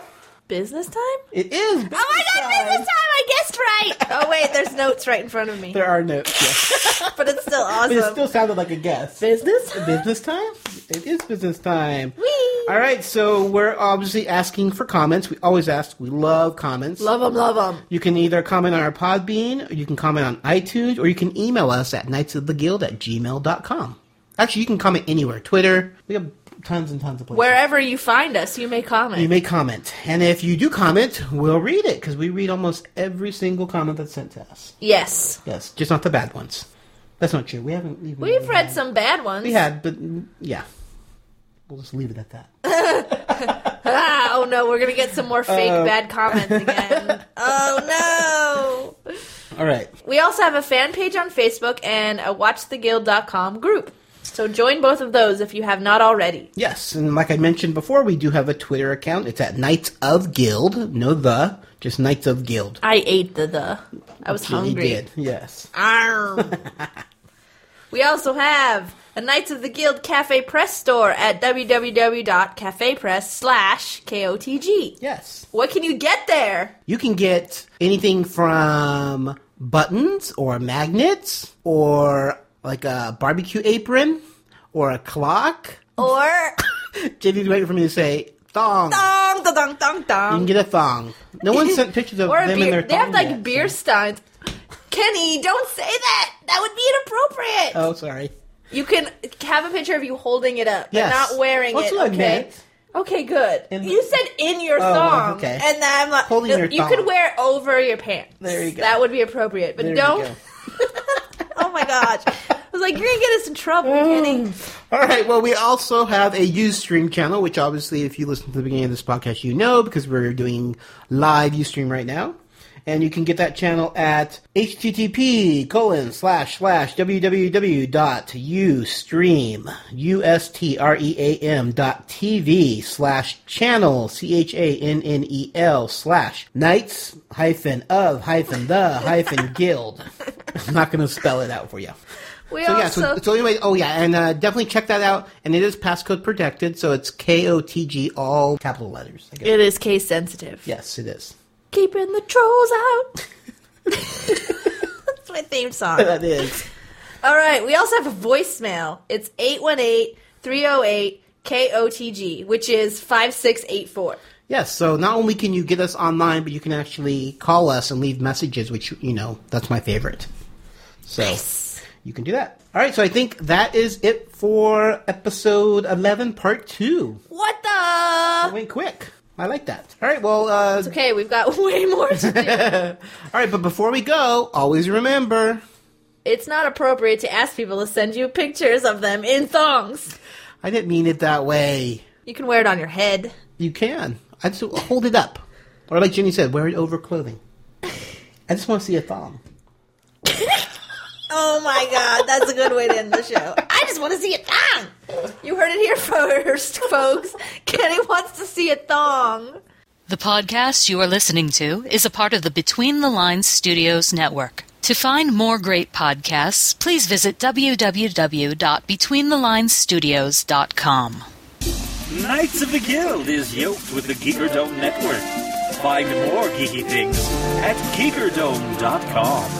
business time.
It is. Business
oh my god, business time! I guessed right. Oh wait, there's notes right in front of me.
There are notes. Yes.
but it's still
But
awesome.
it still sounded like a guess.
Business time?
Business time? It is business time. All right, so we're obviously asking for comments. We always ask. We love comments.
Love 'em, love 'em.
You can either comment on our Podbean, or you can comment on iTunes, or you can email us at knightsoftheguild at gmail.com. Actually, you can comment anywhere. Twitter. We have tons and tons of places.
Wherever you find us, you may comment.
You may comment. And if you do comment, we'll read it, because we read almost every single comment that's sent to us.
yes,
Yes, just not the bad ones. That's not true. We haven't even.
we've read some bad ones.
We had, but mm, yeah. We'll just leave it at that.
ah, oh no, we're gonna get some more fake
Uh,
bad comments again. oh no.
All right.
We also have a fan page on Facebook and a WatchTheGuild.com group. So join both of those if you have not already.
Yes, and like I mentioned before, we do have a Twitter account. It's at Knights of Guild. No the, just Knights of Guild.
I ate the the. I was
Yeah, you
hungry.
did, Yes.
Arr. we also have a Knights of the Guild Cafe Press store at www.cafepress slash KOTG.
Yes.
What can you get there?
You can get anything from buttons or magnets or like a barbecue apron or a clock.
Or
JD's waiting for me to say thong.
dong da dong dong
You
dong.
can get a thong. No one sent pictures of
or a
them
beer.
in their
they have
thong
like
yet.
beer steins. Kenny, don't say that. That would be inappropriate.
Oh, sorry.
You can have a picture of you holding it up,
Yes.
but not wearing
That's
it.
what I
okay.
meant.
Okay, good. you said in your
Oh,
thong,
okay.
and then I'm like,
Holding your
you
thong.
could wear it over your pants.
There you go.
That would be appropriate, but
There you
don't.
go.
oh my gosh! I was like, you're gonna get us in trouble, Kenny.
Mm. All right. Well, we also have a Ustream channel, which obviously, if you listen to the beginning of this podcast, you know because we're doing live Ustream right now, and you can get that channel at http colon slash slash www dot ustream u s t r e a m dot tv slash channel c h a n n e l slash knights hyphen of hyphen the hyphen guild. I'm not going to spell it out for you
We
so yeah,
also
so, so anyway, oh yeah, and uh, definitely check that out. And it is passcode protected, so it's K O T G, all capital letters. I guess.
it is case sensitive.
Yes, it is.
Keeping the trolls out. That's my theme song.
that is.
All right, we also have a voicemail. It's 818-308-KOTG, which is 5684.
Yes, so not only can you get us online, but you can actually call us and leave messages, which you know that's my favorite. So you can do that. All right, so I think that is it for episode eleven, part two.
What the?
Went quick. I like that. All right, well, uh,
It's okay, we've got way more to do.
all right, but before we go, always remember.
it's not appropriate to ask people to send you pictures of them in thongs.
I didn't mean it that way.
You can wear it on your head.
You can. I just hold it up, or like Jenny said, wear it over clothing. I just want to see a thong.
Oh my god, that's a good way to end the show. I just want to see a thong. You heard it here first, folks. Kenny wants to see a thong.
The podcast you are listening to is a part of the Between the Lines Studios network. To find more great podcasts, please visit www.betweenthelines.studios.com.
Knights of the Guild is yoked with the Geekerdome Network. Find more geeky things at geekerdome.com.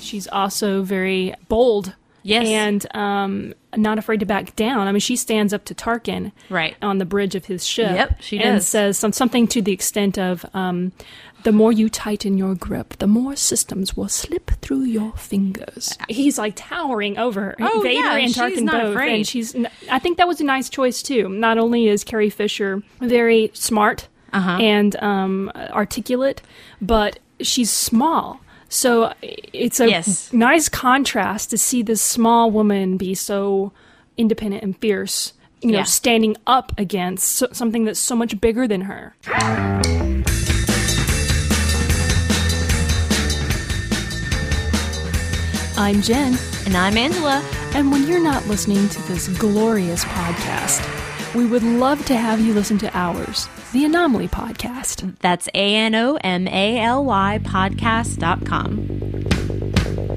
She's also very bold. Yes. And um, not afraid to back down. I mean, she stands up to Tarkin
Right.
on the bridge of his ship.
Yep, she
And
does.
says some, something to the extent of um, the more you tighten your grip, the more systems will slip through your fingers. He's like towering over her.
Oh,
Vader
yeah,
and
she's
Tarkin
not
both.
afraid.
And she's, n- I think that was a nice choice, too. Not only is Carrie Fisher very smart
Uh-huh.
and um, articulate, but she's small. So it's a
Yes.
nice contrast to see this small woman be so independent and fierce, you know,
Yeah.
standing up against so- something that's so much bigger than her. I'm Jen.
And I'm Angela.
And when you're not listening to this glorious podcast, we would love to have you listen to ours, the Anomaly Podcast.
That's A N O M A L Y podcast.com.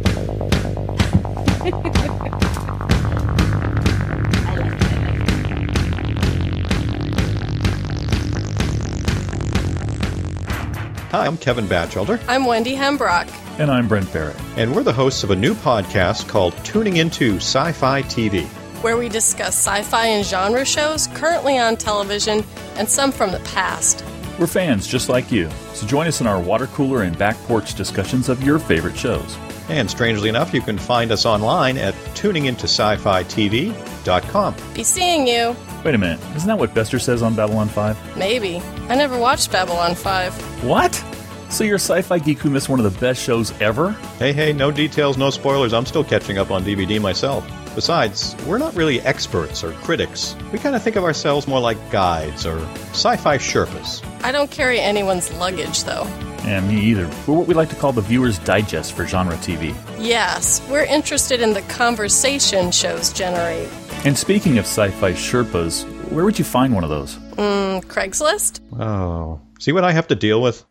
Hi, I'm Kevin Batchelder.
I'm Wendy Hembrock.
And I'm Brent Barrett. And we're the hosts of a new podcast called Tuning Into Sci Fi TV.
where we discuss sci fi and genre shows currently on television and some from the past.
We're fans just like you, so join us in our water cooler and back porch discussions of your favorite shows.
And strangely enough, you can find us online at tuningintoscifitv.com.
Be seeing you,
Wait a minute, isn't that what Bester says on Babylon 5?
maybe. I never watched Babylon 5.
What? So you're a sci-fi geek who missed one of the best shows ever?
Hey, hey, no details, no spoilers. I'm still catching up on DVD myself. Besides, we're not really experts or critics. We kind of think of ourselves more like guides or sci fi Sherpas.
I don't carry anyone's luggage, though.
Yeah, me either. We're what we like to call the viewer's digest for genre TV.
Yes, we're interested in the conversation shows generate.
And speaking of sci-fi Sherpas, where would you find one of those?
Mmm, Craigslist?
Oh. See what I have to deal with?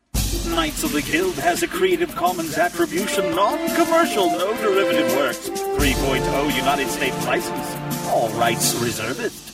Knights of the Guild has a Creative Commons Attribution Non-Commercial oh No Derivative Works 3.0 United States License. All rights reserved.